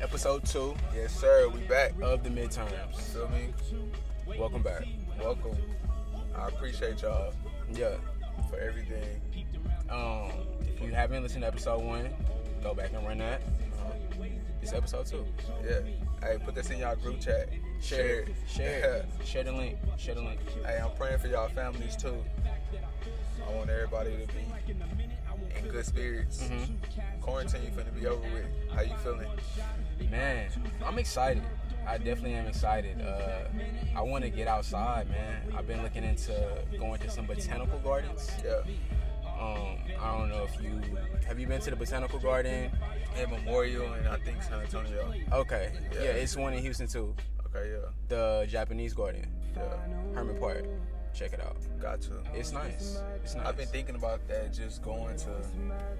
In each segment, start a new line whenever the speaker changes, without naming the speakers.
episode two
Yes, sir. We back.
of the midterms.
Feel me?
Welcome back.
Welcome. I appreciate y'all
Yeah.
for everything.
Um, if you haven't listened to episode one, go back and run that. It's episode two.
Yeah. Hey, put this in y'all group chat. Share it.
Share. it. Share the link. Share the link.
hey, I'm praying for y'all families too. I want everybody to be in good spirits.
Mm-hmm.
Quarantine finna be over with. How you feeling?
Man, I'm excited. I definitely am excited. Uh, I want to get outside, man. I've been looking into going to some botanical gardens.
Yeah.
Um, I don't know if you have you been to the botanical garden.
In Memorial and I think San Antonio.
Okay,
Yeah.
yeah, it's one in Houston too.
Okay, yeah.
The Japanese garden,
Yeah.
Herman Park. Check it out.
Got to.
It's nice. It's nice.
I've been thinking about that, just going to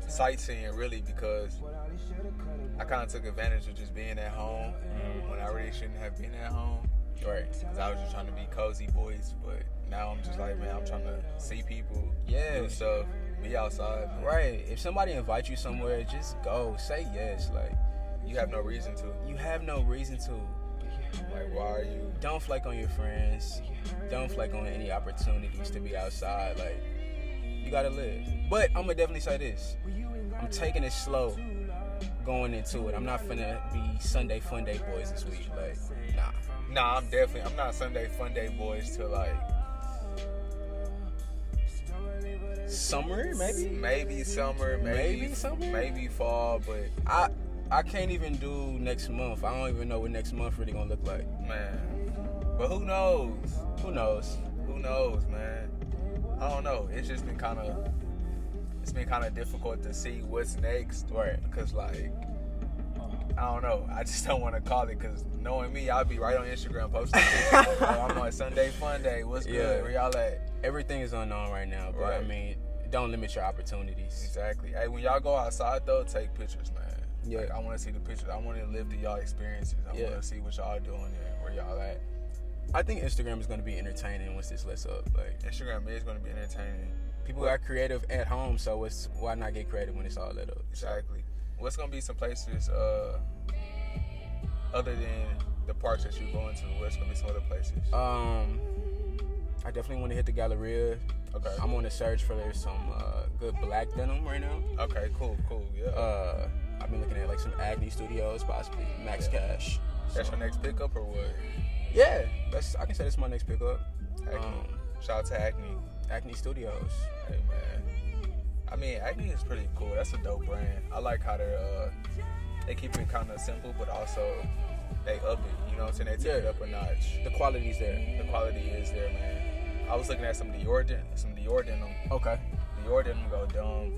sightseeing really because I kind of took advantage of just being at home when I really shouldn't have been at home.
right.
'Cause I was just trying to be cozy boys, but now I'm just like, man, I'm trying to see people,
Yeah.
do stuff, be outside. man.
Right. If somebody invites you somewhere, just go. Say yes. Like
You have no reason to.
you have no reason to.
Like, why are you?
don't flake on your friends. Don't flake on any opportunities to be outside. Like, you gotta live. But I'm gonna definitely say this I'm taking it slow going into it. I'm not finna be Sunday fun day boys this week. Like, nah.
Nah, I'm definitely. I'm not Sunday fun day boys till like
Summer, maybe?
maybe summer, maybe
Maybe summer?
maybe fall, but
I. I can't even do next month. I don't even know what next month really gonna look like.
man. But who knows?
Who knows?
who knows, man? I don't know. It's just been kind of it's been kind of difficult to see what's next,
Right.
Cause like I don't know. I just don't want to call it because knowing me, I'll be right on Instagram posting. pictures, like, "Oh, I'm on Sunday Fun Day. What's
Yeah.
good? Where y'all at?
Everything is unknown right now, but I
Right.
mean, don't limit your opportunities.
Exactly. Hey, when y'all go outside though, take pictures, man.
Yeah.
Like, I want to see the pictures. I want to live through y'all experiences. I
Yeah.
want to see what y'all doing and where y'all at.
I think Instagram is gonna be entertaining once this lets up. Like,
Instagram is going to be entertaining.
People are creative at home, so it's why not get creative when it's all lit up?
Exactly. What's gonna be some places uh other than the parks that you're going to? What's gonna be some other places?
Um, I definitely want to hit the Galleria.
okay.
I'm on the search for some uh, good black denim right now.
okay. Cool. Cool. Yeah.
Uh, I've been looking at like some Agni Studios, possibly Max
Yeah.
Cash.
That's
So-
your next pickup or what?
yeah, that's I can say that's my next pickup.
Acne.
Um,
Shout out to Acne.
Acne Studios.
Hey man. I mean, Acne is pretty cool. That's a dope brand. I like how they're uh they keep it kind of simple, but also they up it. You know what I'm saying? They take it
Yeah.
up a notch.
The quality's there.
The quality is there, man. I was looking at some Dior, den- some Dior denim.
Okay.
Dior didn't go dumb.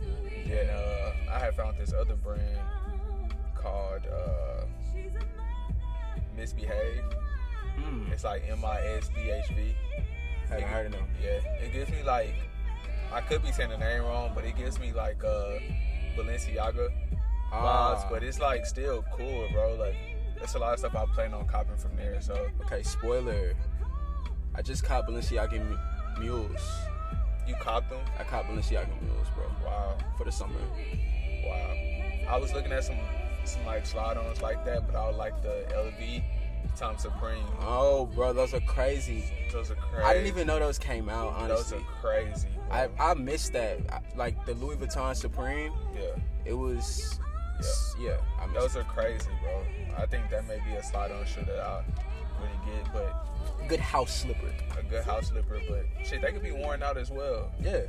Then uh, I had found this other brand called uh, Misbehave.
Mm.
It's like M I S B H V.
Haven't heard of them.
Yeah, it gives me like I could be saying the name wrong, but it gives me like uh, Balenciaga vibes.
Ah.
But it's like still cool, bro. Like that's a lot of stuff I plan on copying from there. So
Okay, spoiler. I just caught Balenciaga mu- mules.
you cop them?
I caught Balenciaga mules, bro,
Wow.
for the summer.
Wow. I was looking at some some like slide ons like that, but I would like the LV Tom Supreme.
Oh, bro, those are crazy.
Those are crazy.
I didn't even know those came out,
Those are
honestly.
crazy. bro.
I, I missed that. I, like the Louis Vuitton Supreme,
yeah.
it was. s- Yeah, I missed
Those are crazy, bro. I think that may be a slide on shoe that I really get, but
it. Good house slipper.
a good house slipper. But shit, they could be worn out as well.
Yeah,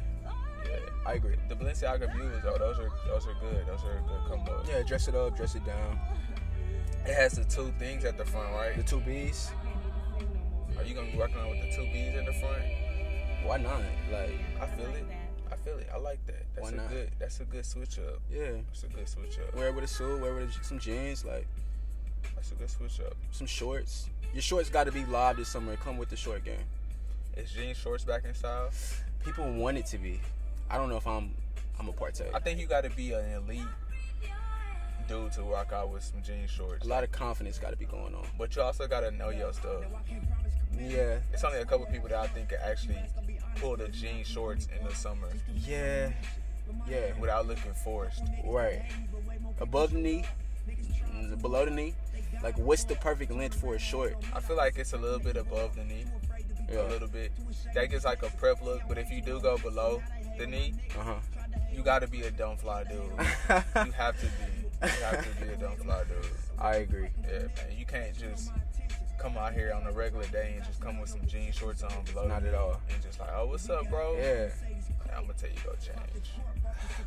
Yeah.
I agree.
The Balenciaga mules, though, those are those are good. Those are a good combo.
Yeah, dress it up, dress it down.
It has the two things at the front,
The
right?
two B's,
Are you gonna be working on with the two B's in the front?
why not? Like,
I feel it. I feel it. I like that. That's
Why
a
not?
good. That's a good switch up.
yeah.
That's a good switch up.
Wear it with a suit, wear it with some jeans, like
That's a good switch up.
some shorts. Your shorts gotta be live this summer. Come with the short game.
Is jeans shorts back in style?
People want it to be. I don't know if I'm I'm a partaker.
I think you got to be an elite dude to rock out with some jean shorts.
A lot of confidence gotta be going on.
But you also got to know your stuff.
Yeah.
It's only a couple people that I think can actually pull the jean shorts in the summer
Yeah. Yeah.
without looking forced.
Right. Above the knee, mm, below the knee. Like, what's the perfect length for a short?
I feel like it's a little bit above the knee, a little bit. That gets like a prep look, but if you do go below the knee,
Uh
you gotta be a dumb fly dude.
huh.
you have to be. You have to be a dumb fly dude.
Uh-huh. I agree.
Yeah, man. You can't just come out here on a regular day and just come with some jean shorts on below
Not
the
at all.
knee and just like, oh, what's up, bro?
Yeah.
I'm gonna tell you go change.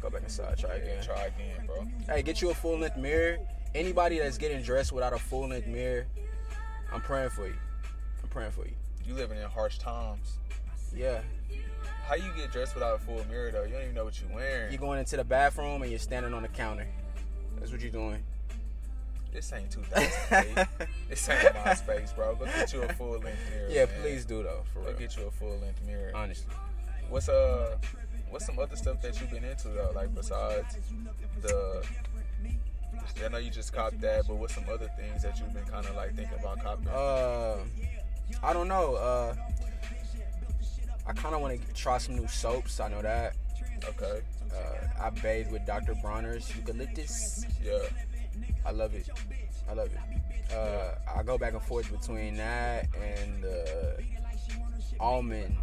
Go back inside. Try
Yeah,
again.
try again, bro.
Hey, get you a full length mirror. Anybody that's getting dressed without a full length mirror, I'm praying for you. I'm praying for you.
You living in harsh times.
Yeah.
How you get dressed without a full mirror though? You don't even know what you're wearing.
You're going into the bathroom and you're standing on the counter. That's what you're doing.
This ain't 2008. this ain't my space, bro. Go get you a full length mirror.
Yeah,
man.
please do though, for
Go
real.
get you a full length mirror.
Honestly.
What's uh, what's some other stuff that you've been into though? Like besides the, I know you just copped that, but what's some other things that you've been kind of like thinking about copping?
Uh, I don't know. Uh, I kind of want to try some new soaps. I know that.
okay,
Uh, I bathe with Dr. Bronner's eucalyptus.
yeah,
I love it. I love it. Uh, I go back and forth between that and uh, almond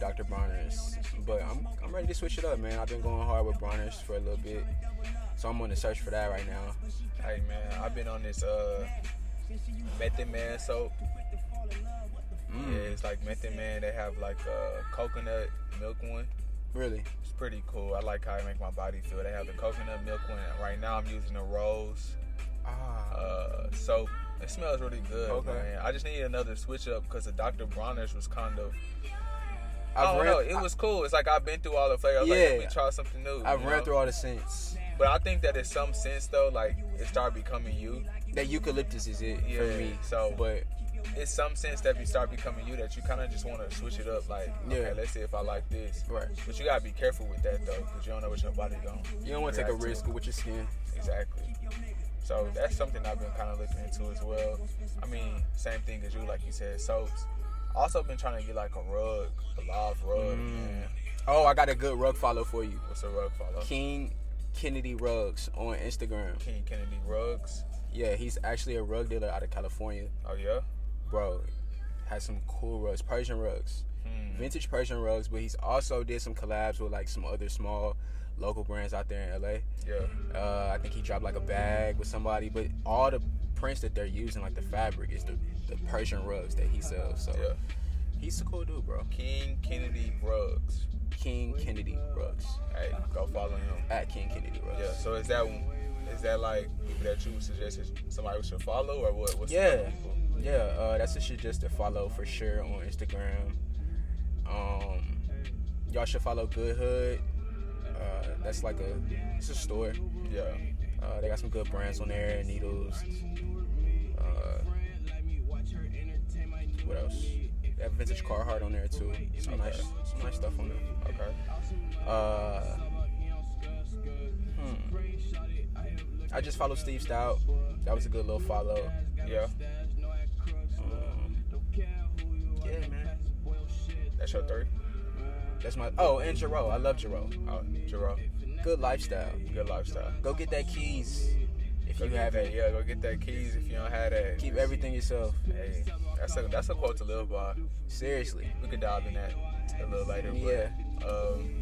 Dr. Bronner's, but I'm I'm ready to switch it up, man. I've been going hard with Bronner's for a little bit, so I'm on the search for that right now.
hey man, I've been on this uh, Method Man soap. Yeah,
Mm,
it's like Method Man. They have like a coconut milk one.
Really?
It's pretty cool. I like how it make my body feel. They have the coconut milk one. Right now, I'm using the rose
Ah,
uh, soap. It smells really good,
Okay.
man. I just need another switch up because the Dr. Bronner's was kind of.
I've
I don't
ran-
know. Oh, It was cool. It's like I've been through all the flavors. I was
Yeah.
like, let me try something new.
I've
you
run
know?
through all the scents.
But I think that in some sense, though, like it started becoming you.
That eucalyptus is it for
Yeah,
me.
so-
but
In some sense, that you start becoming you, that you kind of just want to switch it up. Like,
Yeah.
okay, let's see if I like this.
right,
But you gotta be careful with that though, because you don't know what your body going.
you don't want to take a
React to.
risk with your skin.
Exactly. So that's something I've been kind of looking into as well. I mean, same thing as you, like you said, soaps. Also been trying to get like a rug, a live rug,
Mm.
man.
Oh, I got a good rug follow for you.
What's a rug follow?
King Kennedy Rugs on Instagram.
King Kennedy rugs.
Yeah, he's actually a rug dealer out of California,
Oh yeah.
bro. Has some cool rugs, Persian rugs,
Hmm.
vintage Persian rugs. But he's also did some collabs with like some other small local brands out there in LA.
Yeah.
Uh, I think he dropped like a bag with somebody, but all the prints that they're using, like the fabric, is the, the Persian rugs that he sells. So
Yeah.
he's a cool dude, bro.
King Kennedy rugs.
King Kennedy Rugs
Hey, go follow him.
at King Kennedy Rugs.
Yeah. So is that one? Is that like people that you suggested somebody should follow or what? What's the
Yeah.
other people?
Yeah, uh, that's a shit just to follow for sure on Instagram. Um, y'all should follow Good Hood. Uh, that's like a it's a store.
Yeah.
Uh, they got some good brands on there. Needles. Uh, what else? They have vintage Carhartt on there too. Some
Okay.
nice, some nice stuff on there.
Okay.
Uh, hmm. I just followed Steve Stout. That was a good little follow.
Yeah.
Um, yeah, man.
That's your three.
That's my. Oh, and Jero. I love Jero.
Oh, Jerome.
Good lifestyle.
Good lifestyle.
Go get that keys if
Go
you
get
have
that,
it.
yeah. Go get that keys if you don't have that.
Keep everything yourself.
Hey, that's a that's a quote to live by.
Seriously.
We could dive in that a little later.
Yeah.
But, um,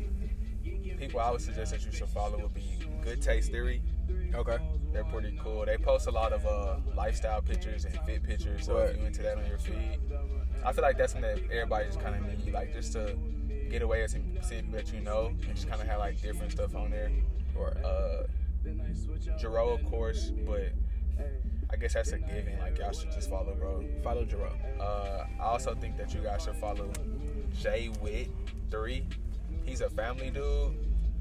people I would suggest that you should follow would be Good Taste Theory.
Okay.
They're pretty cool. They post a lot of uh, lifestyle pictures and fit pictures. So if
Right.
you into that on your feed, I feel like that's something that everybody just kind of need, like just to get away with some see people that you know and just kind of have like different stuff on there.
Or
uh Jero, of course, but I guess that's a given. Like y'all should just follow, bro.
follow Jero.
Uh, I also think that you guys should follow Jay Witt three. He's a family dude.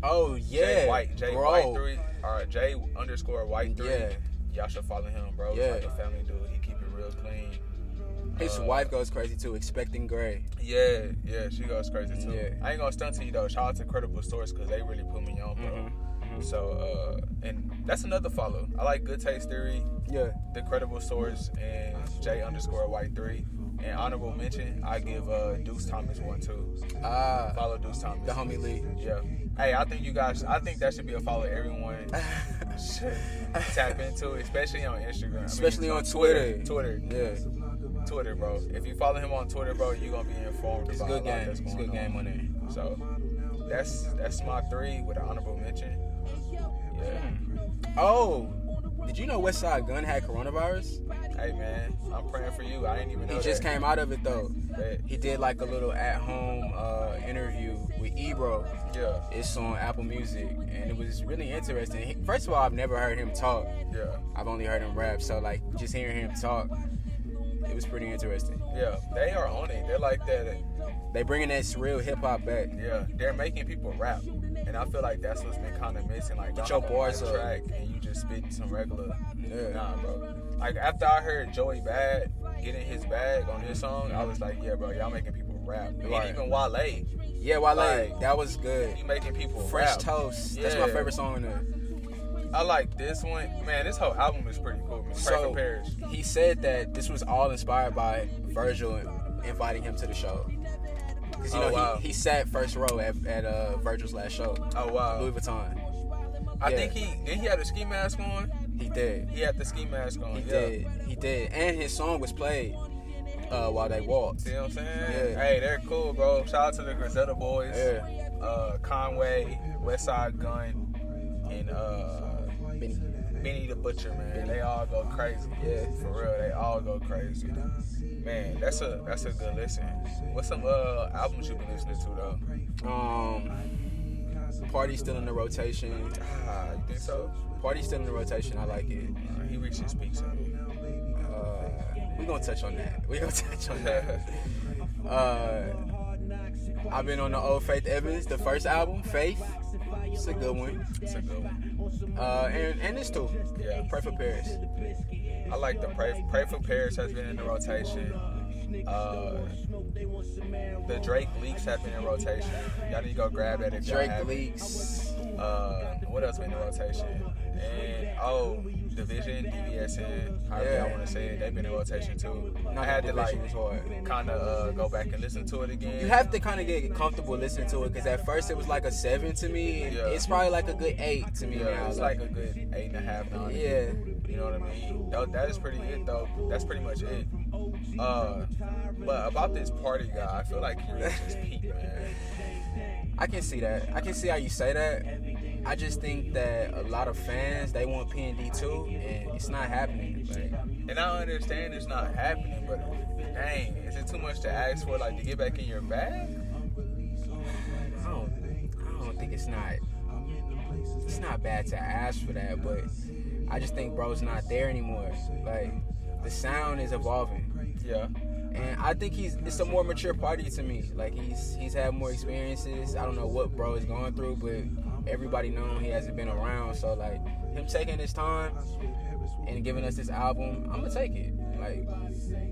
Oh yeah,
Jay White, Jay
bro.
White three, or Jay underscore White three.
Yeah.
Y'all should follow him, bro.
Yeah.
He's like a family dude. He keep it real clean.
His
Uh,
wife goes crazy too, expecting Gray.
Yeah, yeah, she goes crazy too.
Yeah.
I ain't gonna stunt to you though. Shout out to Credible Source because they really put me on, bro.
Mm-hmm.
So, uh, and that's another follow. I like Good Taste Theory,
Yeah.
The Credible Source, and J underscore White Three. And honorable mention, I give uh, Deuce Thomas one too.
Ah,
Follow Deuce Thomas.
the homie Lee.
Yeah. Hey, I think you guys. I think that should be a follow. Everyone Tap into it, especially on Instagram. I mean,
Especially on Twitter.
Twitter.
Yeah.
Twitter, bro. If you follow him on Twitter, bro, you're gonna be informed
It's a
about a
good
lot
game.
that's
It's a
going
good
on.
game on there.
So that's that's my three with an honorable mention. Yeah.
Oh, did you know Westside Gun had coronavirus?
Hey man, I'm praying for you. I didn't even know
He just
that.
came out of it though.
Bet.
He did like a little at home uh, interview with Ebro.
Yeah,
It's on Apple Music, and it was really interesting. He- First of all, I've never heard him talk.
yeah,
I've only heard him rap, so like just hearing him talk, it was pretty interesting.
yeah. They are on it. They're like that.
They bringing that surreal hip hop back.
Yeah, they're making people rap, and I feel like that's what's been kind of missing. Like,
Get
y'all
your
have a
bars
rap
up.
track, and you just spitting some regular.
Yeah.
Nah, bro. Like after I heard Joey Bad getting his bag on this song, I was like, yeah, bro, y'all making people rap.
Right.
And even Wale,
Yeah, Wale,
Like-
that was good.
you making people
Fresh
rap.
Toast, that's my
Yeah.
favorite song. There.
I like this one. Man, this whole album is pretty cool. Man. Pray
So
for Paris.
he said that this was all inspired by Virgil inviting him to the show. Because you
Oh,
know
wow.
he, he sat first row at, at uh, Virgil's last show,
Oh wow.
Louis Vuitton.
I
yeah.
think he then he had a ski mask on.
He did,
He had the ski mask on.
he
yeah.
did, he did, and his song was played uh, while they walked.
See what I'm saying?
Yeah.
Hey, they're cool, bro. Shout out to the Griselda boys.
Yeah.
Uh, Conway, Westside Gun, and uh,
Benny.
Benny the Butcher, man. They all go crazy.
Yeah.
For real, they all go crazy. Man, that's a that's a good listen. What's some uh albums you been listening to though?
Um, Party still in the rotation.
Ah, you think so?
Party still in the rotation. I like it.
Uh, he reaches speaks on
Uh, we gonna touch on that. We gonna touch on that. Uh, I've been on the old Faith Evans, the first album, Faith. It's a good one.
It's a good one.
Uh, and and this too.
Yeah.
Pray for Paris.
I like the pray, pray for Paris has been in the rotation. Uh, the Drake leaks have been in rotation. Y'all need to go grab that if y'all
Drake
haven't.
leaks.
Uh, what else been in rotation? And oh, Division, DVSN, however
Yeah.
y'all want to say it, they've been in rotation too.
No,
I had to like
Division is hard.
kind of uh, go back and listen to it again.
You have to kind of get comfortable listening to it because at first it was like a seven to me. and
Yeah.
It's probably like a good eight to me
yeah,
now.
it's like a good eight and a half, nine.
yeah.
You know what I mean? Tho- that is pretty it though. That's pretty much it. Uh, but about this party guy, I feel like he reached his peak, man.
I can see that. I can see how you say that. I just think that a lot of fans they want P and D too, and it's not happening. Like,
And I understand it's not happening, but dang, is it too much to ask for? Like to get back in your bag?
I don't, I don't think it's not. It's not bad to ask for that, but I just think bro's not there anymore. Like, the sound is evolving,
Yeah,
and I think he's. It's a more mature party to me. Like he's he's had more experiences. I don't know what bro is going through, but everybody knows he hasn't been around. So like him taking his time and giving us this album, I'm gonna take it. Like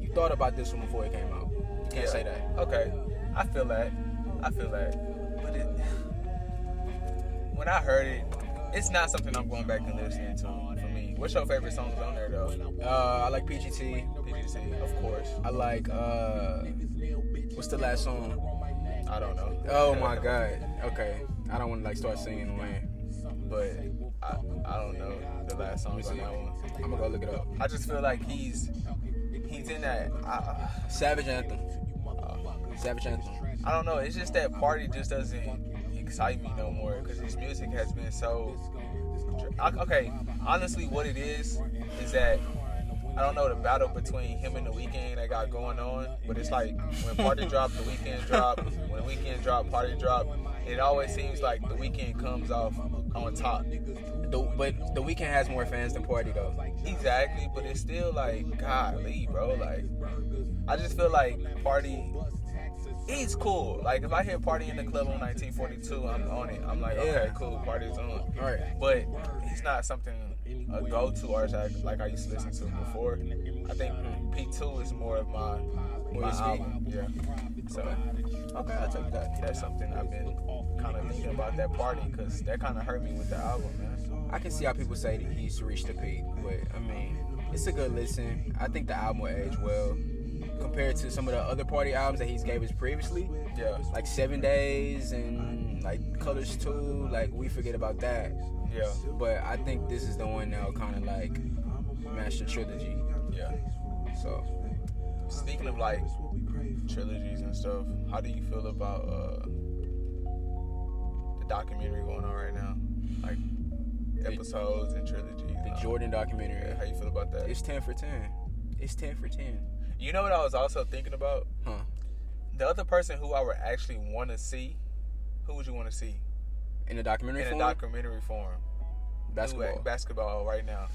you thought about this one before it came out. You can't
yeah.
say that.
Okay, I feel that. I feel that. But it, when I heard it, it's not something I'm going back and listening to for me. What's your favorite songs on there though?
Uh, I like PGT.
PGC, of course.
I like uh what's the last song?
I don't know.
Oh my god. Okay. I don't wanna like start singing away.
but I, I don't know the last song
Let me
on
see.
that one.
I'm gonna go look it up.
I just feel like he's he's in that. I,
Savage Anthem. Uh, Savage Anthem.
I don't know. It's just that party just doesn't excite me no more because his music has been so. I, okay, honestly, what it is is that I don't know the battle between him and the weekend that got going on, but it's like when party drop, the weekend drop. When the weekend drop, party drop. It always seems like the weekend comes off on top.
The, but The Weeknd has more fans than Party though.
Exactly, but it's still like, golly, bro. Like, I just feel like party. He's cool. Like, if I hear party in the club on 1942, I'm on it. I'm like, okay,
Yeah.
cool, party's on.
All right.
But he's not something a go-to artist I, like I used to listen to before. I think P2 is more of my
you
my
speak?
album. Yeah. So
Okay, I'll take that.
that's something I've been kind of thinking about that party because that kind of hurt me with the album, man.
I can see how people say that he's reached the peak, but I mean, it's a good listen. I think the album will age well compared to some of the other party albums that he's gave us previously.
Yeah.
like Seven Days and like Colors Two, like we forget about that.
Yeah.
But I think this is the one that'll kind of like match the trilogy.
Yeah.
So
Speaking of like trilogies and stuff, how do you feel about uh the documentary going on right now? Like episodes and trilogies. and
the
all.
Jordan
Yeah,
documentary,
how you feel about that?
it's ten for ten. It's ten for ten.
You know what I was also thinking about?
Huh.
The other person who I would actually want to see, who would you want to see
In the documentary
in a
form,
documentary form? Who at
basketball.
basketball right now,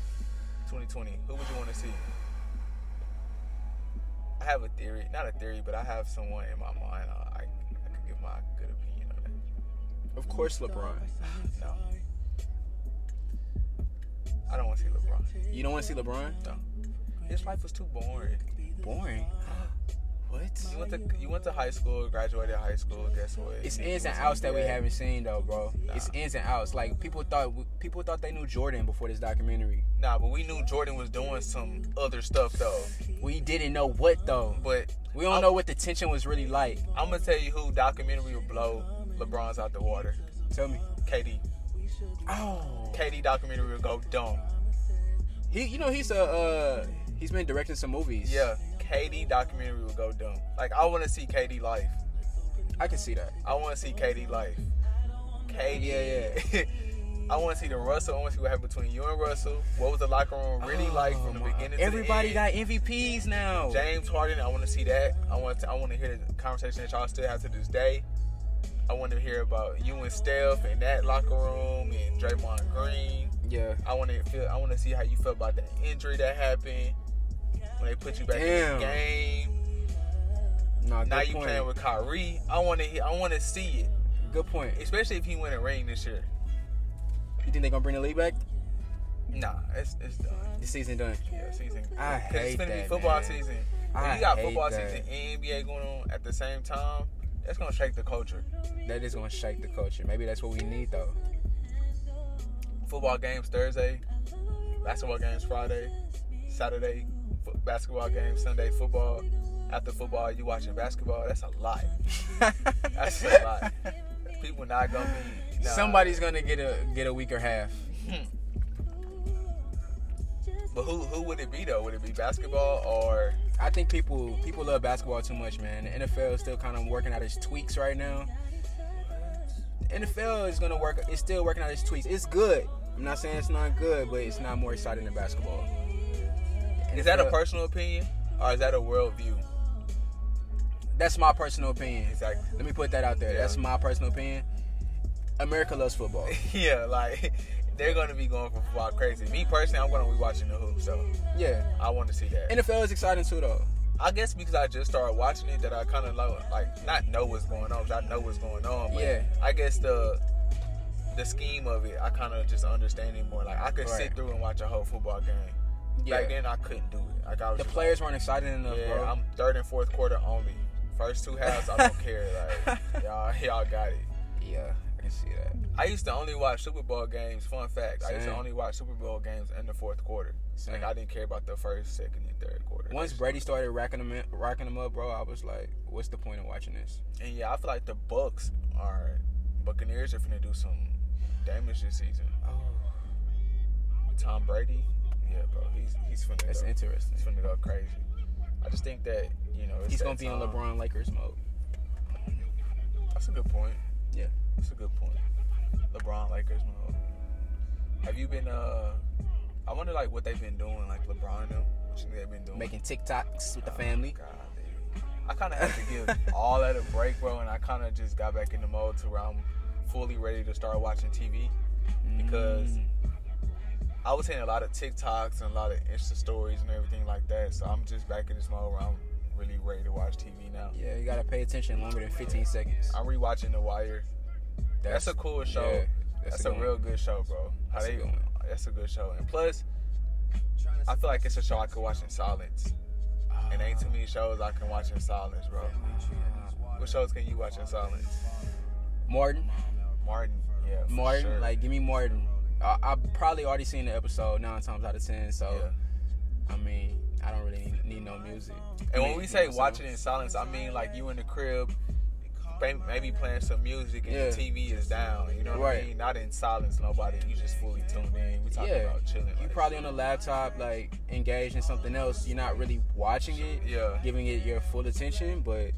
2020. Who would you want to see? I have a theory, not a theory, but I have someone in my mind. uh, I, I, I could give my good opinion on that.
of course, LeBron.
No, I don't want to see LeBron.
You don't want to see LeBron?
No, his life was too boring.
Boring. what?
You went to you went to high school, graduated high school. Guess what?
It's
You
ins and
was
outs that we
NBA.
haven't seen though, bro. It's ins and outs. Like people thought people thought they knew Jordan before this documentary.
Nah, but we knew Jordan was doing some other stuff though.
We didn't know what though.
But
We don't know what the tension was really like.
I'm gonna tell you who documentary will blow LeBron's out the water.
Tell me.
KD.
Oh.
KD documentary will go dumb.
He you know he's a uh he's been directing some movies.
Yeah, KD documentary will go dumb. Like I want to see KD life.
I can see that.
I want to see KD life. KD.
Yeah,
yeah. I want to see the Russell. I want to see what happened between you and Russell. What was the locker room really like from the
Oh, my-
beginning?
Everybody
to the end?
got MVPs now.
James Harden. I want to see that. I want to. I want to hear the conversation that y'all still have to this day. I want to hear about you and Steph and that locker room and Draymond Green.
Yeah.
I want to feel. I want to see how you felt about that injury that happened when they put you back in
Damn.
the game.
Nah, good
Now you
point.
playing with Kyrie. I want to. I want to see it,
good point.
especially if he win a ring this year.
You think they're gonna bring the league back?
Nah, it's it's done.
This season done.
Yeah, season.
I
'Cause it's
hate
gonna be
that,
football
man.
season.
I
When you got
hate
football
that.
season and NBA going on at the same time. That's gonna shake the culture.
That is gonna shake the culture. Maybe that's what we need though.
Football games Thursday, basketball games Friday, Saturday, fo- basketball games Sunday, football. After football, you watching basketball. That's a lot. That's a lot. People not gonna be nah.
Somebody's gonna get a get a weaker half.
But who who would it be though? Would it be basketball or
I think people people love basketball too much, man. The NFL is still kind of working out its tweaks right now. The NFL is gonna work. It's still working out its tweaks. It's good. I'm not saying it's not good, but it's not more exciting than basketball.
is that a
NFL
personal opinion or is that a worldview?
That's my personal opinion.
Exactly.
Let me put that out there.
Yeah.
That's my personal opinion. America loves football.
yeah, like they're gonna be going for football crazy. Me personally, I'm gonna be watching the hoop, so
Yeah.
I want to see that.
NFL is exciting too, though.
I guess because I just started watching it that I kind of like, like not know what's going on. 'cause I know what's going on, but
Yeah.
I guess the the scheme of it, I kind of just understand it more. Like I could sit
Right.
through and watch a whole football game.
Yeah.
Back then, I couldn't do it. Like I was
The
just
players weren't excited enough,
like, yeah,
bro.
I'm third and fourth quarter only. First two halves, I don't care. Like y'all, y'all got it.
yeah, I can see that.
I used to only watch Super Bowl games. Fun fact: I used to
Same.
only watch Super Bowl games in the fourth quarter. Like
Same.
I didn't care about the first, second, and third quarter.
Once Brady started racking them, in, racking them up, bro, I was like, "What's the point of watching this?"
And yeah, I feel like the Bucks are Buccaneers are finna do some damage this season.
Oh,
Tom Brady, yeah, bro, he's he's finna
that's
go,
interesting.
he's finna go crazy. I just think that you know it's
He's
that
gonna be in
time.
LeBron Lakers mode.
That's a good point.
Yeah.
that's a good point. LeBron Lakers mode. Have you been? uh I wonder like what they've been doing, like LeBron and them. What you think they've been doing?
Making TikToks with the
Oh,
family.
God, dude. I kind of had to give all that a break, bro, and I kind of just got back in the mode to where I'm fully ready to start watching TV. because- I was seeing a lot of TikToks and a lot of Insta stories and everything like that, so I'm just back in this mode where I'm really ready to watch TV now.
yeah, you gotta pay attention longer than 15 seconds.
I'm rewatching The Wire. That's, a cool show.
yeah,
that's, a,
good one.
real good show, bro. How
That's a
they-
good one.
That's a good show, and plus, I feel like it's a show I could watch in silence. And ain't too many shows I can watch in silence, bro. What shows can you watch in silence?
Martin,
Martin, yeah. for
Martin,
sure.
like give me Martin. I, I've probably already seen the episode nine times out of ten, so
Yeah.
I mean, I don't really need, need no music.
And
Need-
when we
need
say
no
watch it
sound.
in silence, I mean like you in the crib, may- maybe playing some music and
Yeah.
the TV is down. You know what
Right.
I mean? Not in silence, nobody. You just fully tuned in. We talking
Yeah.
about chilling.
You
like-
probably on a laptop, like engaged in something else. You're not really watching it,
Yeah.
giving it your full attention, but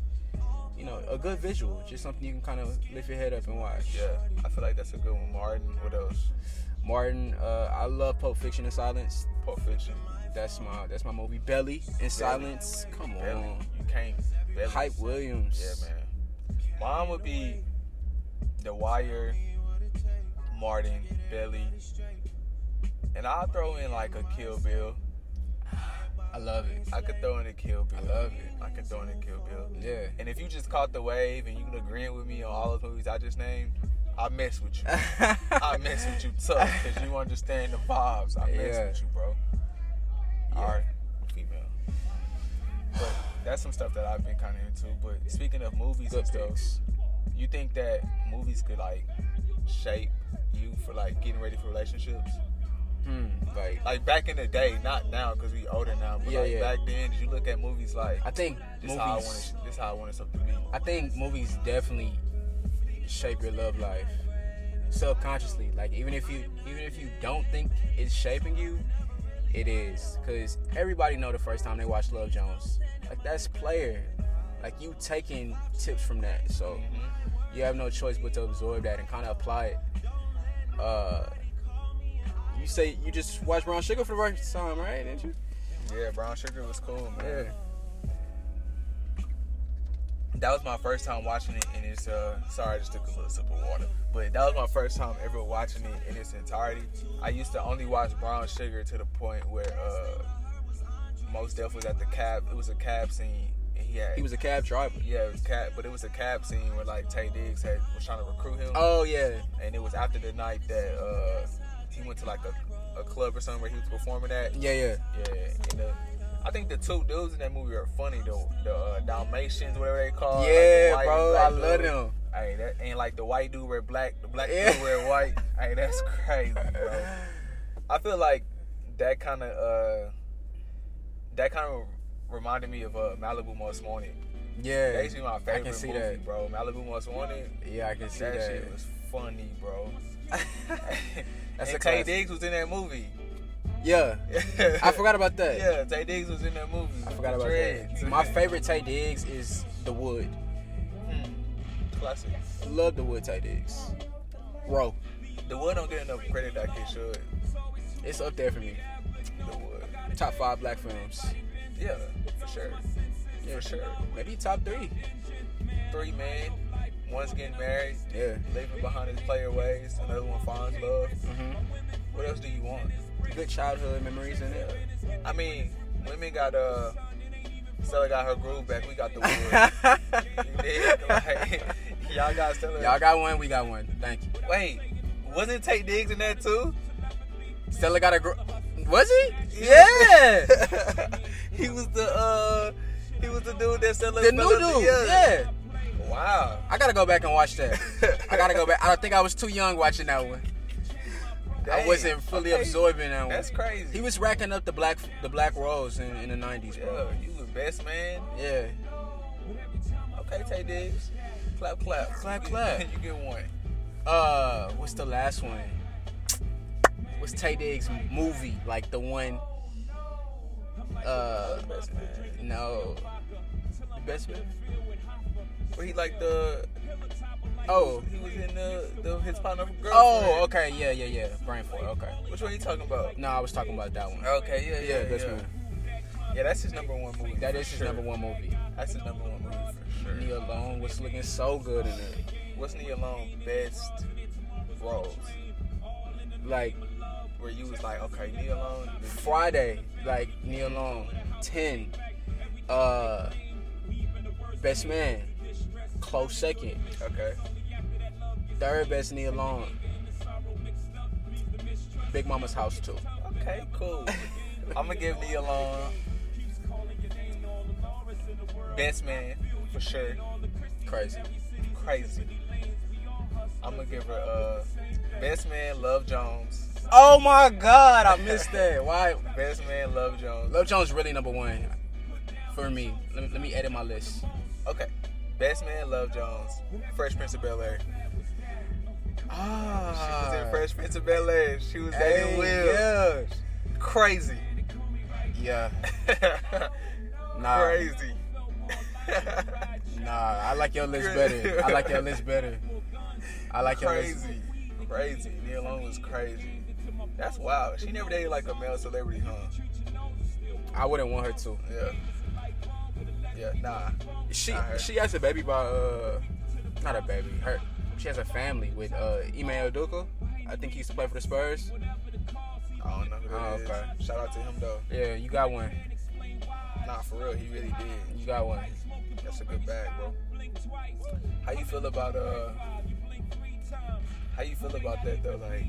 you know, a good visual, just something you can kind of lift your head up and watch.
Yeah, I feel like that's a good one. Martin, what else?
Martin, uh, I love Pulp Fiction and Silence.
Pulp Fiction.
That's my that's my movie. Belly and Silence. Come on,
Belly. You can't. Belly.
Hype Williams.
Yeah, man. Mine would be The Wire, Martin, Belly, and I'll throw in like a Kill Bill.
I love it.
I could throw in a Kill Bill.
I love it.
I could throw in a Kill Bill.
Yeah.
And if you just caught the wave and you agreeing with me on all the movies I just named, I mess with you. I mess with you tough because you understand the vibes. I mess
Yeah.
with you, bro.
Yeah.
All right, female. But that's some stuff that I've been kind of into. But speaking of movies
Good
and stuff,
picks.
you think that movies could like shape you for like getting ready for relationships?
Hmm. Like
Like back in the day, not now because we older now. But
Yeah,
like
yeah.
back then, did you look at movies like
I think
this? How I
movies.
wanted, this how I wanted something to be.
I think movies definitely shape your love life subconsciously. Like even if you even if you don't think it's shaping you, it is. Cause everybody know the first time they watch Love Jones. Like that's player. Like you taking tips from that. So you have no choice but to absorb that and kind of apply it. Uh, you say you just watched Brown Sugar for the first time, right? Didn't you?
Yeah, brown sugar was cool, man.
Yeah.
that was my first time watching it and it's uh sorry I just took a little sip of water. But that was my first time ever watching it in its entirety. I used to only watch Brown Sugar to the point where uh Most Def was at the cab it was a cab scene and he had
He was a cab driver.
yeah, it was cab but it was a cab scene where like Tay Diggs had was trying to recruit him
Oh yeah.
and it was after the night that uh he went to like a, a club or something where he was performing at.
Yeah yeah.
Yeah, and the, I think the two dudes in that movie are funny though. The uh, Dalmatians, whatever they call.
Yeah,
Oh, like the white and black
bro, I love
dude.
them.
Hey, that ain't like the white dude wear black, the black
Yeah.
dude wear white. hey, that's crazy, bro. I feel like that kind of uh, that kind of reminded me of uh, Malibu Most Wanted.
Yeah.
That used to be my favorite
I can see
movie,
that.
bro. Malibu Most Wanted.
Yeah, I can see
that,
that.
shit was funny, bro. That's
That's a
and Tay
classic.
Diggs was in that movie.
yeah. I forgot about that.
Yeah, Tay Diggs was in that movie.
I forgot about
Dreads.
that. My favorite Tay Diggs is The Wood.
Hmm. Classic.
Love The Wood Tay Diggs. Bro,
The Wood don't get enough credit that kid should.
it's up there for me.
The Wood.
Top five black films.
Yeah, for sure. For sure.
Maybe top three.
Three men. One's getting married,
Yeah.
leaving behind his player ways. Another one finds love.
hmm
What else do you want?
Good childhood memories in it.
I mean, women got uh, Stella got her groove back. We got the Wood. You dig? Like, y'all got Stella.
Y'all got one, we got one. Thank you.
Wait, wasn't Tate Diggs in that too?
Stella got a gr- was he? Yeah.
he was the uh, he was the dude that Stella.
the new
Stella-
dude. Yeah.
Wow.
I gotta go back and watch that. I gotta go back. I think I was too young watching that one. I
Dang.
wasn't fully
Okay.
absorbing that one.
That's crazy.
He was racking up the black the black rolls in, in the nineties, bro.
Yeah, you the best man.
Yeah.
Okay, Tay Diggs. Clap, clap. You
Clap,
get-
clap.
you get one.
Uh, what's the last one? What's Tay Diggs' movie? Like the one? Uh,
Best man.
no. The best man.
Where he like the
Oh.
he was in the, the his partner girl.
Oh. Okay. Yeah. Yeah. Yeah. Brain Fart. Okay.
Which one you talking about?
No, I was talking about that one.
Okay, yeah, yeah,
Yeah.
yeah.
Best
yeah.
man.
that's his number one movie.
That
for
is his
sure.
number one movie.
That's his number one movie for sure.
Nia Long was looking so good in it.
What's Nia Long best roles?
Like
Where you was like, okay, Nia Long. this-
Friday, like Neil Long, ten, uh, best man, close second,
Okay.
third best Neil Long, Big Mama's house too.
Okay, cool. I'm gonna give Nia Long best man for sure.
Crazy.
Crazy. I'm gonna give her uh best man Love Jones.
Oh my God, I missed that. Why?
Best man Love Jones.
Love Jones really number one for me. Let me, let me edit my list.
Okay. Best Man Love Jones, Fresh Prince of Bel Air.
Ah,
She was in Fresh Prince of Bel Air. She was dating
Hey,
Will.
yeah,
Crazy.
yeah. Nah,
Crazy.
nah. I like your list better. I like your list better. I like your list.
crazy. Crazy. Nia Long was crazy. That's wild. She never dated like a male celebrity, huh?
I wouldn't want her to.
Yeah. Yeah, nah.
She
Not her.
she has a baby by uh, not a baby. Her she has a family with uh Ime Oduka. I think he used to play for the Spurs.
I don't know who
Oh,
that is.
okay.
Shout out to him though.
Yeah, you got one.
Nah, for real, he really did.
You got one.
That's a good bag, bro. How you feel about uh? How you feel about that though? Like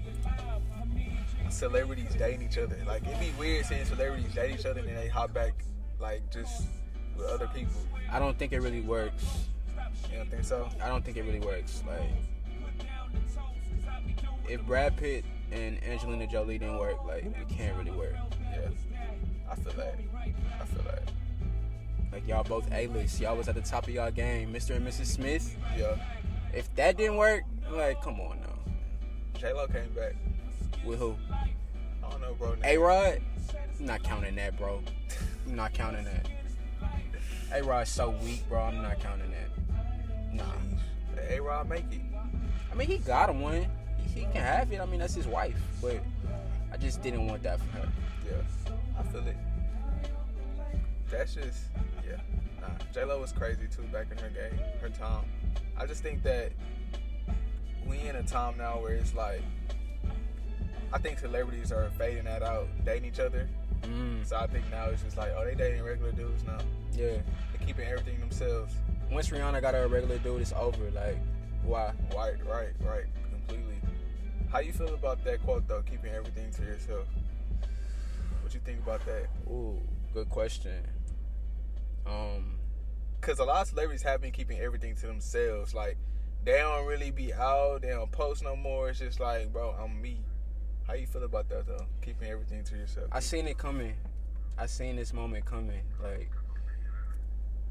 celebrities dating each other. Like it'd be weird seeing celebrities date each other and then they hop back like just with other people.
I don't think it really works.
You don't think so?
I don't think it really works. Like if Brad Pitt and Angelina Jolie didn't work, like it can't really work.
Yeah. I feel that. I feel that.
Like y'all both A-list. Y'all was at the top of y'all game, Mr. and Mrs. Smith.
Yeah.
If that didn't work, like come on now.
J Lo came back.
With who?
I don't know, bro.
A Rod? Not counting that, bro. I'm not counting that. A Rod's so weak, bro. I'm not counting that. Nah.
A Rod make it.
I mean, he got him one. He, he can have it. I mean, that's his wife. But I just didn't want that for her.
Yeah, I feel it. That's just yeah. Nah, J Lo was crazy too back in her day, her time. I just think that we in a time now where it's like I think celebrities are fading that out, dating each other.
Mm,
So I think now it's just like, oh, they dating regular dudes now.
yeah.
They're keeping everything themselves.
Once Rihanna got her a regular dude, it's over. Like, why?
Right, right, right, completely. How you feel about that quote though? Keeping everything to yourself. What you think about that?
Ooh, good question. Um,
because a lot of celebrities have been keeping everything to themselves. Like they don't really be out, they don't post no more. It's just like, bro, I'm me. How you feel about that though? Keeping everything to yourself.
I seen it coming. I seen this moment coming. Like,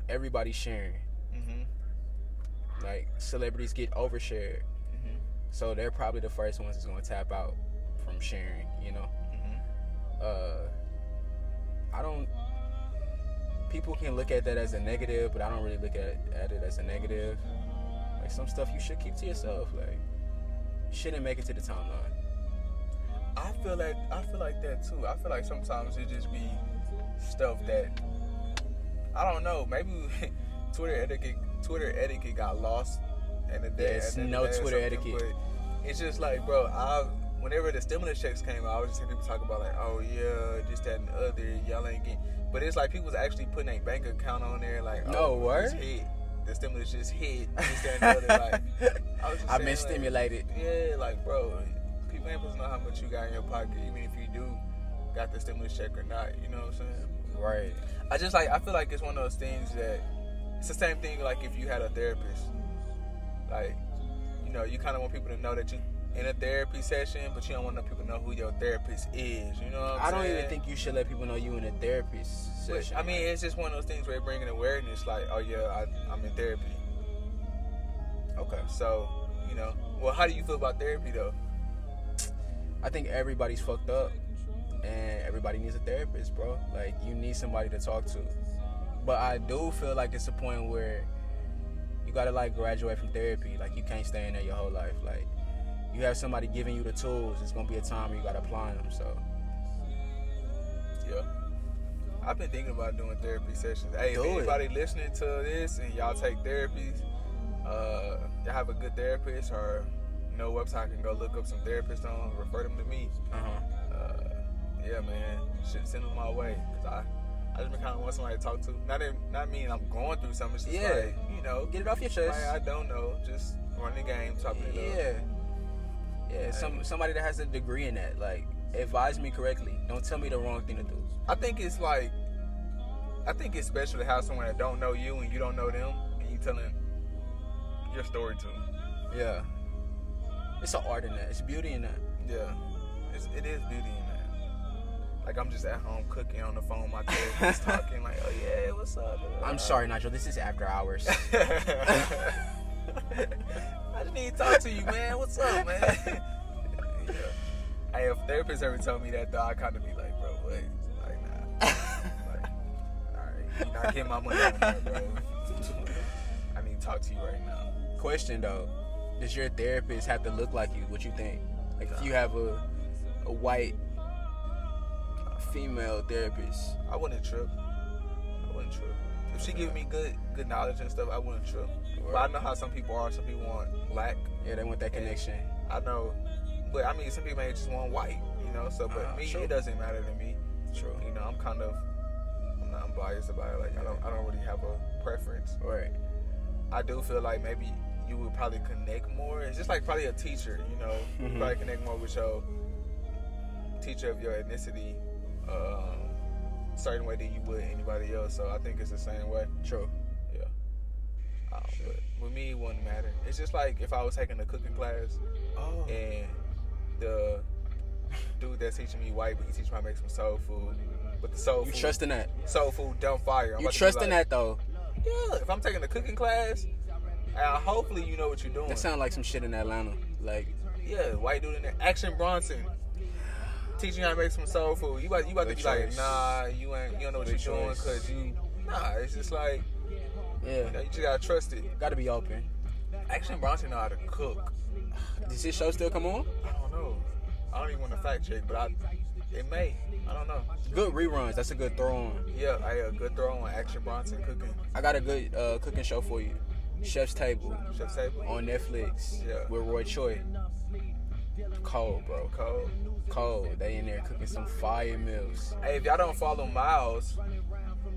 everybody sharing.
Mm-hmm.
Like, celebrities get overshared.
Mm-hmm.
So they're probably the first ones that's gonna tap out from sharing, you know.
Mm-hmm.
Uh I don't people can look at that as a negative, but I don't really look at, at it as a negative. Like some stuff you should keep to yourself, like you shouldn't make it to the timeline.
I feel like I feel like that too. I feel like sometimes it just be stuff that I don't know. Maybe Twitter etiquette Twitter etiquette got lost in the day.
There's
at the end
no
of the day or
Twitter
something,
etiquette.
But it's just like, bro. I whenever the stimulus checks came out, I was just hearing people talk about like, oh yeah, this that and the other. Y'all ain't getting. But it's like people's actually putting their bank account on there. Like,
No,
oh,
word?
this hit. The stimulus just hit. This that and the other. Like, I was just
I've been
saying, like,
stimulated.
yeah, like bro, people ain't supposed to know how much you got in your pocket, even if you do got the stimulus check or not. You know what I'm saying?
Right.
I just like I feel like it's one of those things that it's the same thing like if you had a therapist. Like, you know, you kind of want people to know that you in a therapy session, but you don't want no people to know who your therapist is. You know what I'm
I don't
saying?
even think you should let people know you in a therapist
But,
session.
I mean,
like,
it's just one of those things where it bringing awareness. Like, oh yeah, I, I'm in therapy.
okay.
So, you know, well, how do you feel about therapy though?
I think everybody's fucked up and everybody needs a therapist, bro. Like you need somebody to talk to. But I do feel like it's a point where you gotta like graduate from therapy. Like you can't stay in there your whole life. Like you have somebody giving you the tools. It's gonna be a time where you gotta apply them. So
Yeah. I've been thinking about doing therapy sessions. Hey,
Do
if
it.
anybody listening to this and y'all take therapies, uh, y'all have a good therapist or no website I can go look up some therapists on, refer them to me.
uh-huh.
Uh, yeah, man, should send them my way. 'Cause I, I just been kind of want somebody to talk to. Not in, not mean I'm going through something. It's just
Yeah.
like you know,
Get it off your
like,
chest.
I don't know, just run the game, talking it up.
yeah. Yeah, some somebody that has a degree in that. Like advise me correctly. Don't tell me the wrong thing to do.
I think it's like, I think it's special to have someone that don't know you and you don't know them, and you telling your story to them.
Yeah. It's an art in that. It's beauty in that.
Yeah, it's, it is beauty in that. Like I'm just at home cooking on the phone, my cousin's talking like, oh yeah, what's up?
I'm sorry, Nigel. This is after hours.
I just need to talk to you, man. What's up, man? yeah. Hey, if therapist ever told me that, though, I kind of be like, bro, what? Like, nah. like, all right, you're not getting my money on that, bro. I need to talk to you right now.
Question though, does your therapist have to look like you? What you think? Like if you have a a white female therapist,
I wouldn't trip. I wouldn't trip. If she giving me good good knowledge and stuff, I wouldn't trip. But I know how some people are. Some people want black.
yeah, they want that connection.
I know, but I mean, some people may just want white. You know, so but
Uh,
me,
sure.
it doesn't matter to me.
True.
You know, I'm kind of, I'm not, I'm biased about it. Like I don't, I don't really have a preference.
Right.
I do feel like maybe you would probably connect more. It's just like probably a teacher, you know, you
Mhm.
probably connect more with your teacher of your ethnicity, um, certain way that you would anybody else. So I think it's the same way.
True.
Yeah. Um, But with me, it wouldn't matter. It's just like if I was taking a cooking class
Oh.
and the dude that's teaching me white, but he teaching me how to make some soul food. But the soul
You
food,
trusting that?
soul food don't fire. I'm
You
about to be
trusting
like,
that though?
yeah, if I'm taking a cooking class, uh, hopefully you know what you're doing.
That sounds like some shit in Atlanta. Like
yeah, white dude in there, Action Bronson, teaching you how to make some soul food. You about, you about to
Good
be like,
choice.
nah, you ain't, you don't know what
Good
you're doing
choice.
because you, nah. It's just like you, know,
yeah,
you just gotta trust it.
gotta be open.
Action Bronson know how to cook.
Does this show still come on?
I don't know. I don't even want to fact check, but I, it may. I don't know.
Good reruns. That's a good throw on.
Yeah, I a good throw on Action Bronson cooking
I got a good uh, cooking show for you, Chef's Table
chef's table.
on Netflix
Yeah.
with Roy Choi. Cold, bro.
Cold.
Cold. They in there cooking some fire meals.
Hey, if y'all don't follow Miles,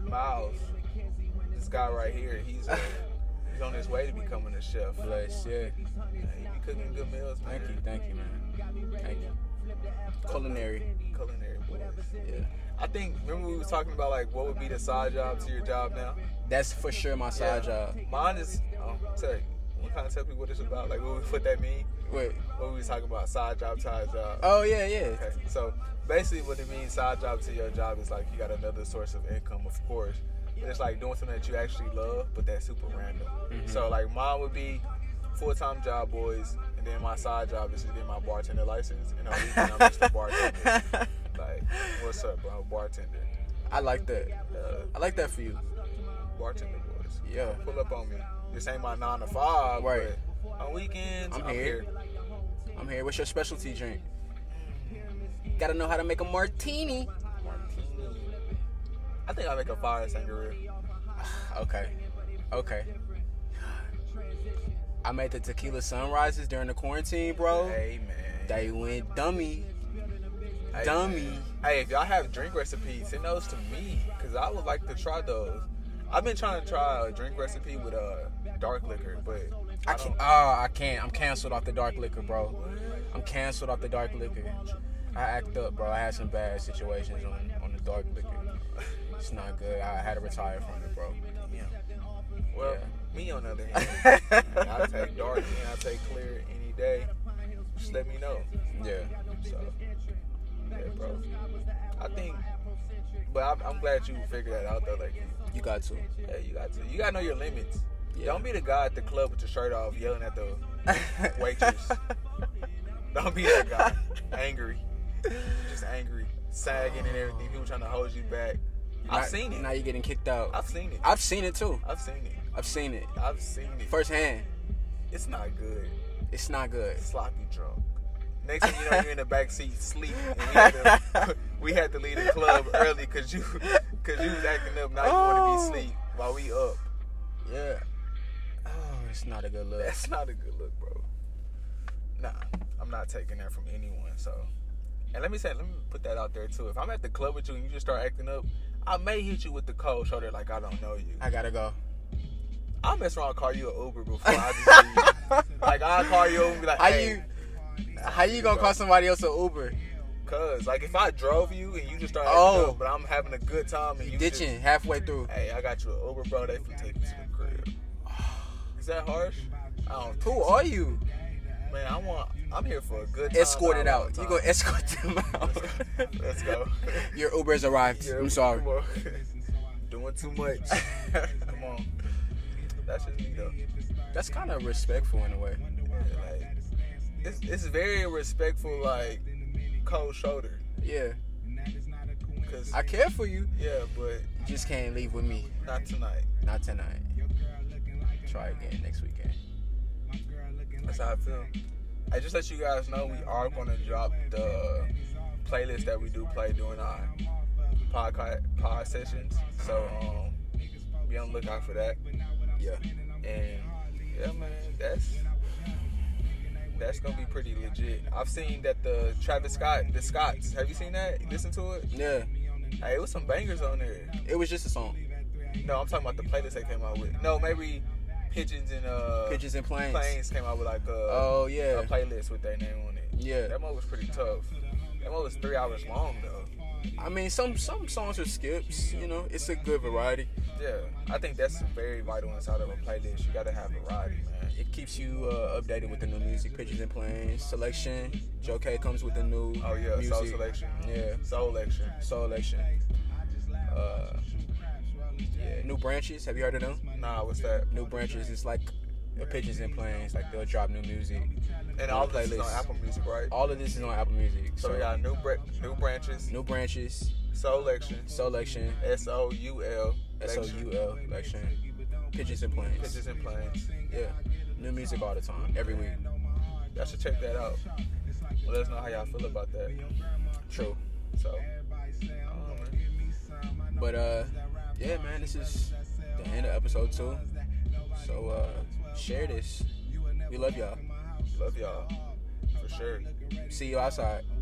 Miles, this guy right here, he's uh, he's on his way to becoming a chef. Man,
Bless, yeah.
he be cooking good meals, man.
Thank you, thank you, man. Thank you. Culinary,
Culinary boys.
yeah.
I think remember we was talking about like what would be the side job to your job now.
That's for sure my side job.
Mine is. Um, tell you, we kind of tell people what it's about. Like what we put that mean.
Wait.
What we was talking about side job, side job.
Oh yeah, yeah.
Okay, so basically, what it means side job to your job is like you got another source of income, of course. But it's like doing something that you actually love, but that's super random.
Mm-hmm.
So like mine would be full time job boys, and then my side job is to get my bartender license, and on weekend I'm just a bartender. Like, what's up, bro? Bartender,
I like that.
uh,
I like that for you.
bartender boys.
Yeah.
Pull up on me. This ain't my nine to five,
Right.
But on weekends
I'm
I'm,
here.
here.
I'm here. What's your specialty drink? Gotta know how to make a martini.
Martini. I think I make a fire sangria.
Okay. Okay. I made the tequila sunrises during the quarantine, bro.
Hey man.
They went dummy.
Hey,
Dummy.
Hey, if y'all have drink recipes, send those to me because I would like to try those. I've been trying to try a drink recipe with a uh, dark liquor, but
I can't. Oh, I can't. I'm canceled off the dark liquor, bro. I'm canceled off the dark liquor. I act up, bro. I had some bad situations on, on the dark liquor. It's not good. I had to retire from it, bro.
yeah. Well,
Yeah.
me on the other hand, I take dark and I take clear any day. Just let me know.
Yeah.
So, yeah, bro. I think, but I'm, I'm glad you figured that out though. Like,
You got to.
yeah, you got to, you got to know your limits.
Yeah.
Don't be the guy at the club with your shirt off yelling at the waitress. Don't be that guy. angry. Just angry. Sagging and everything. People trying to hold you back. I've
Now-
seen it.
Now you're getting kicked out.
I've seen it.
I've seen it too.
I've seen it.
I've seen it
I've seen it.
firsthand.
It's not good.
It's not good.
Sloppy drunk. Next thing you know, you're in the back seat sleeping. And we, had to, we had to leave the club early because you, cause you was acting up. Now you want to be asleep while we up.
Yeah. Oh, it's not a good look.
That's not a good look, bro. Nah, I'm not taking that from anyone. So, and let me say, let me put that out there too. If I'm at the club with you and you just start acting up, I may hit you with the cold shoulder like I don't know you.
I gotta go.
I'll mess around, and call you an Uber before I just leave. like I'll call you over and be like,
How
hey,
you? How you gonna call somebody else an Uber?
cause like if I drove you and you just start acting
Oh.
up, but I'm having a good time and you
Ditching halfway through.
Just, hey, I got you an Uber, bro. They can take you to the crib. Is that harsh? I don't.
Who are you?
Man, I want. I'm here for a good. Time,
Escort
not
it
a long
out. You
time.
gonna escort them out.
Let's go.
Your Uber's arrived.
Yeah,
I'm sorry.
come on. Doing too much. Come on. That's just me though.
That's kind of respectful in a way.
Yeah, like, it's it's very respectful, like cold shoulder.
Yeah,
Cause
I care for you.
yeah, but
You just can't leave with me.
not tonight.
Not tonight. Try again next weekend.
That's how I feel. I just let you guys know we are gonna drop the playlist that we do play during our podcast pod sessions. So um, be on the lookout for that.
Yeah.
And yeah, man, that's that's gonna be pretty legit. I've seen that the Travis Scott, the Scots. Have you seen that? Listen to it.
Yeah.
Hey, it was some bangers on there.
It was just a song.
No, I'm talking about the playlist they came out with. No, maybe Pigeons and uh
Pigeons and planes.
Planes came out with like a,
Oh
a
yeah.
playlist with their name on it.
Yeah.
That mode was pretty tough. That mode was three hours long though.
I mean, some some songs are skips. You know, it's a good variety.
Yeah, I think that's very vital inside of a playlist. You gotta have variety, man.
It keeps you uh, updated with the new music, pictures and plans, selection. Joe K comes with the new.
Oh yeah,
music.
soul selection.
Yeah,
Soul selection.
soul election. Uh, yeah, new branches. Have you heard of them?
Nah, what's that?
New branches. It's like uh, pigeons and planes. Like they'll drop new music.
And all
New
this is on
playlist.
Apple Music, right?
All of this is on Apple Music.
So
So,
we got new bre- new branches,
new branches,
soul selection,
soul election,
S O U L,
S O U L election, pigeons and planes.
Pitches and planes.
Yeah, new music all the time, every week.
Y'all should check that out. Let us know how y'all feel about that.
True.
So, um, I don't know, man.
But uh, yeah, man, this is the end of episode two. So uh, share this. We love y'all.
love y'all for sure.
See you outside.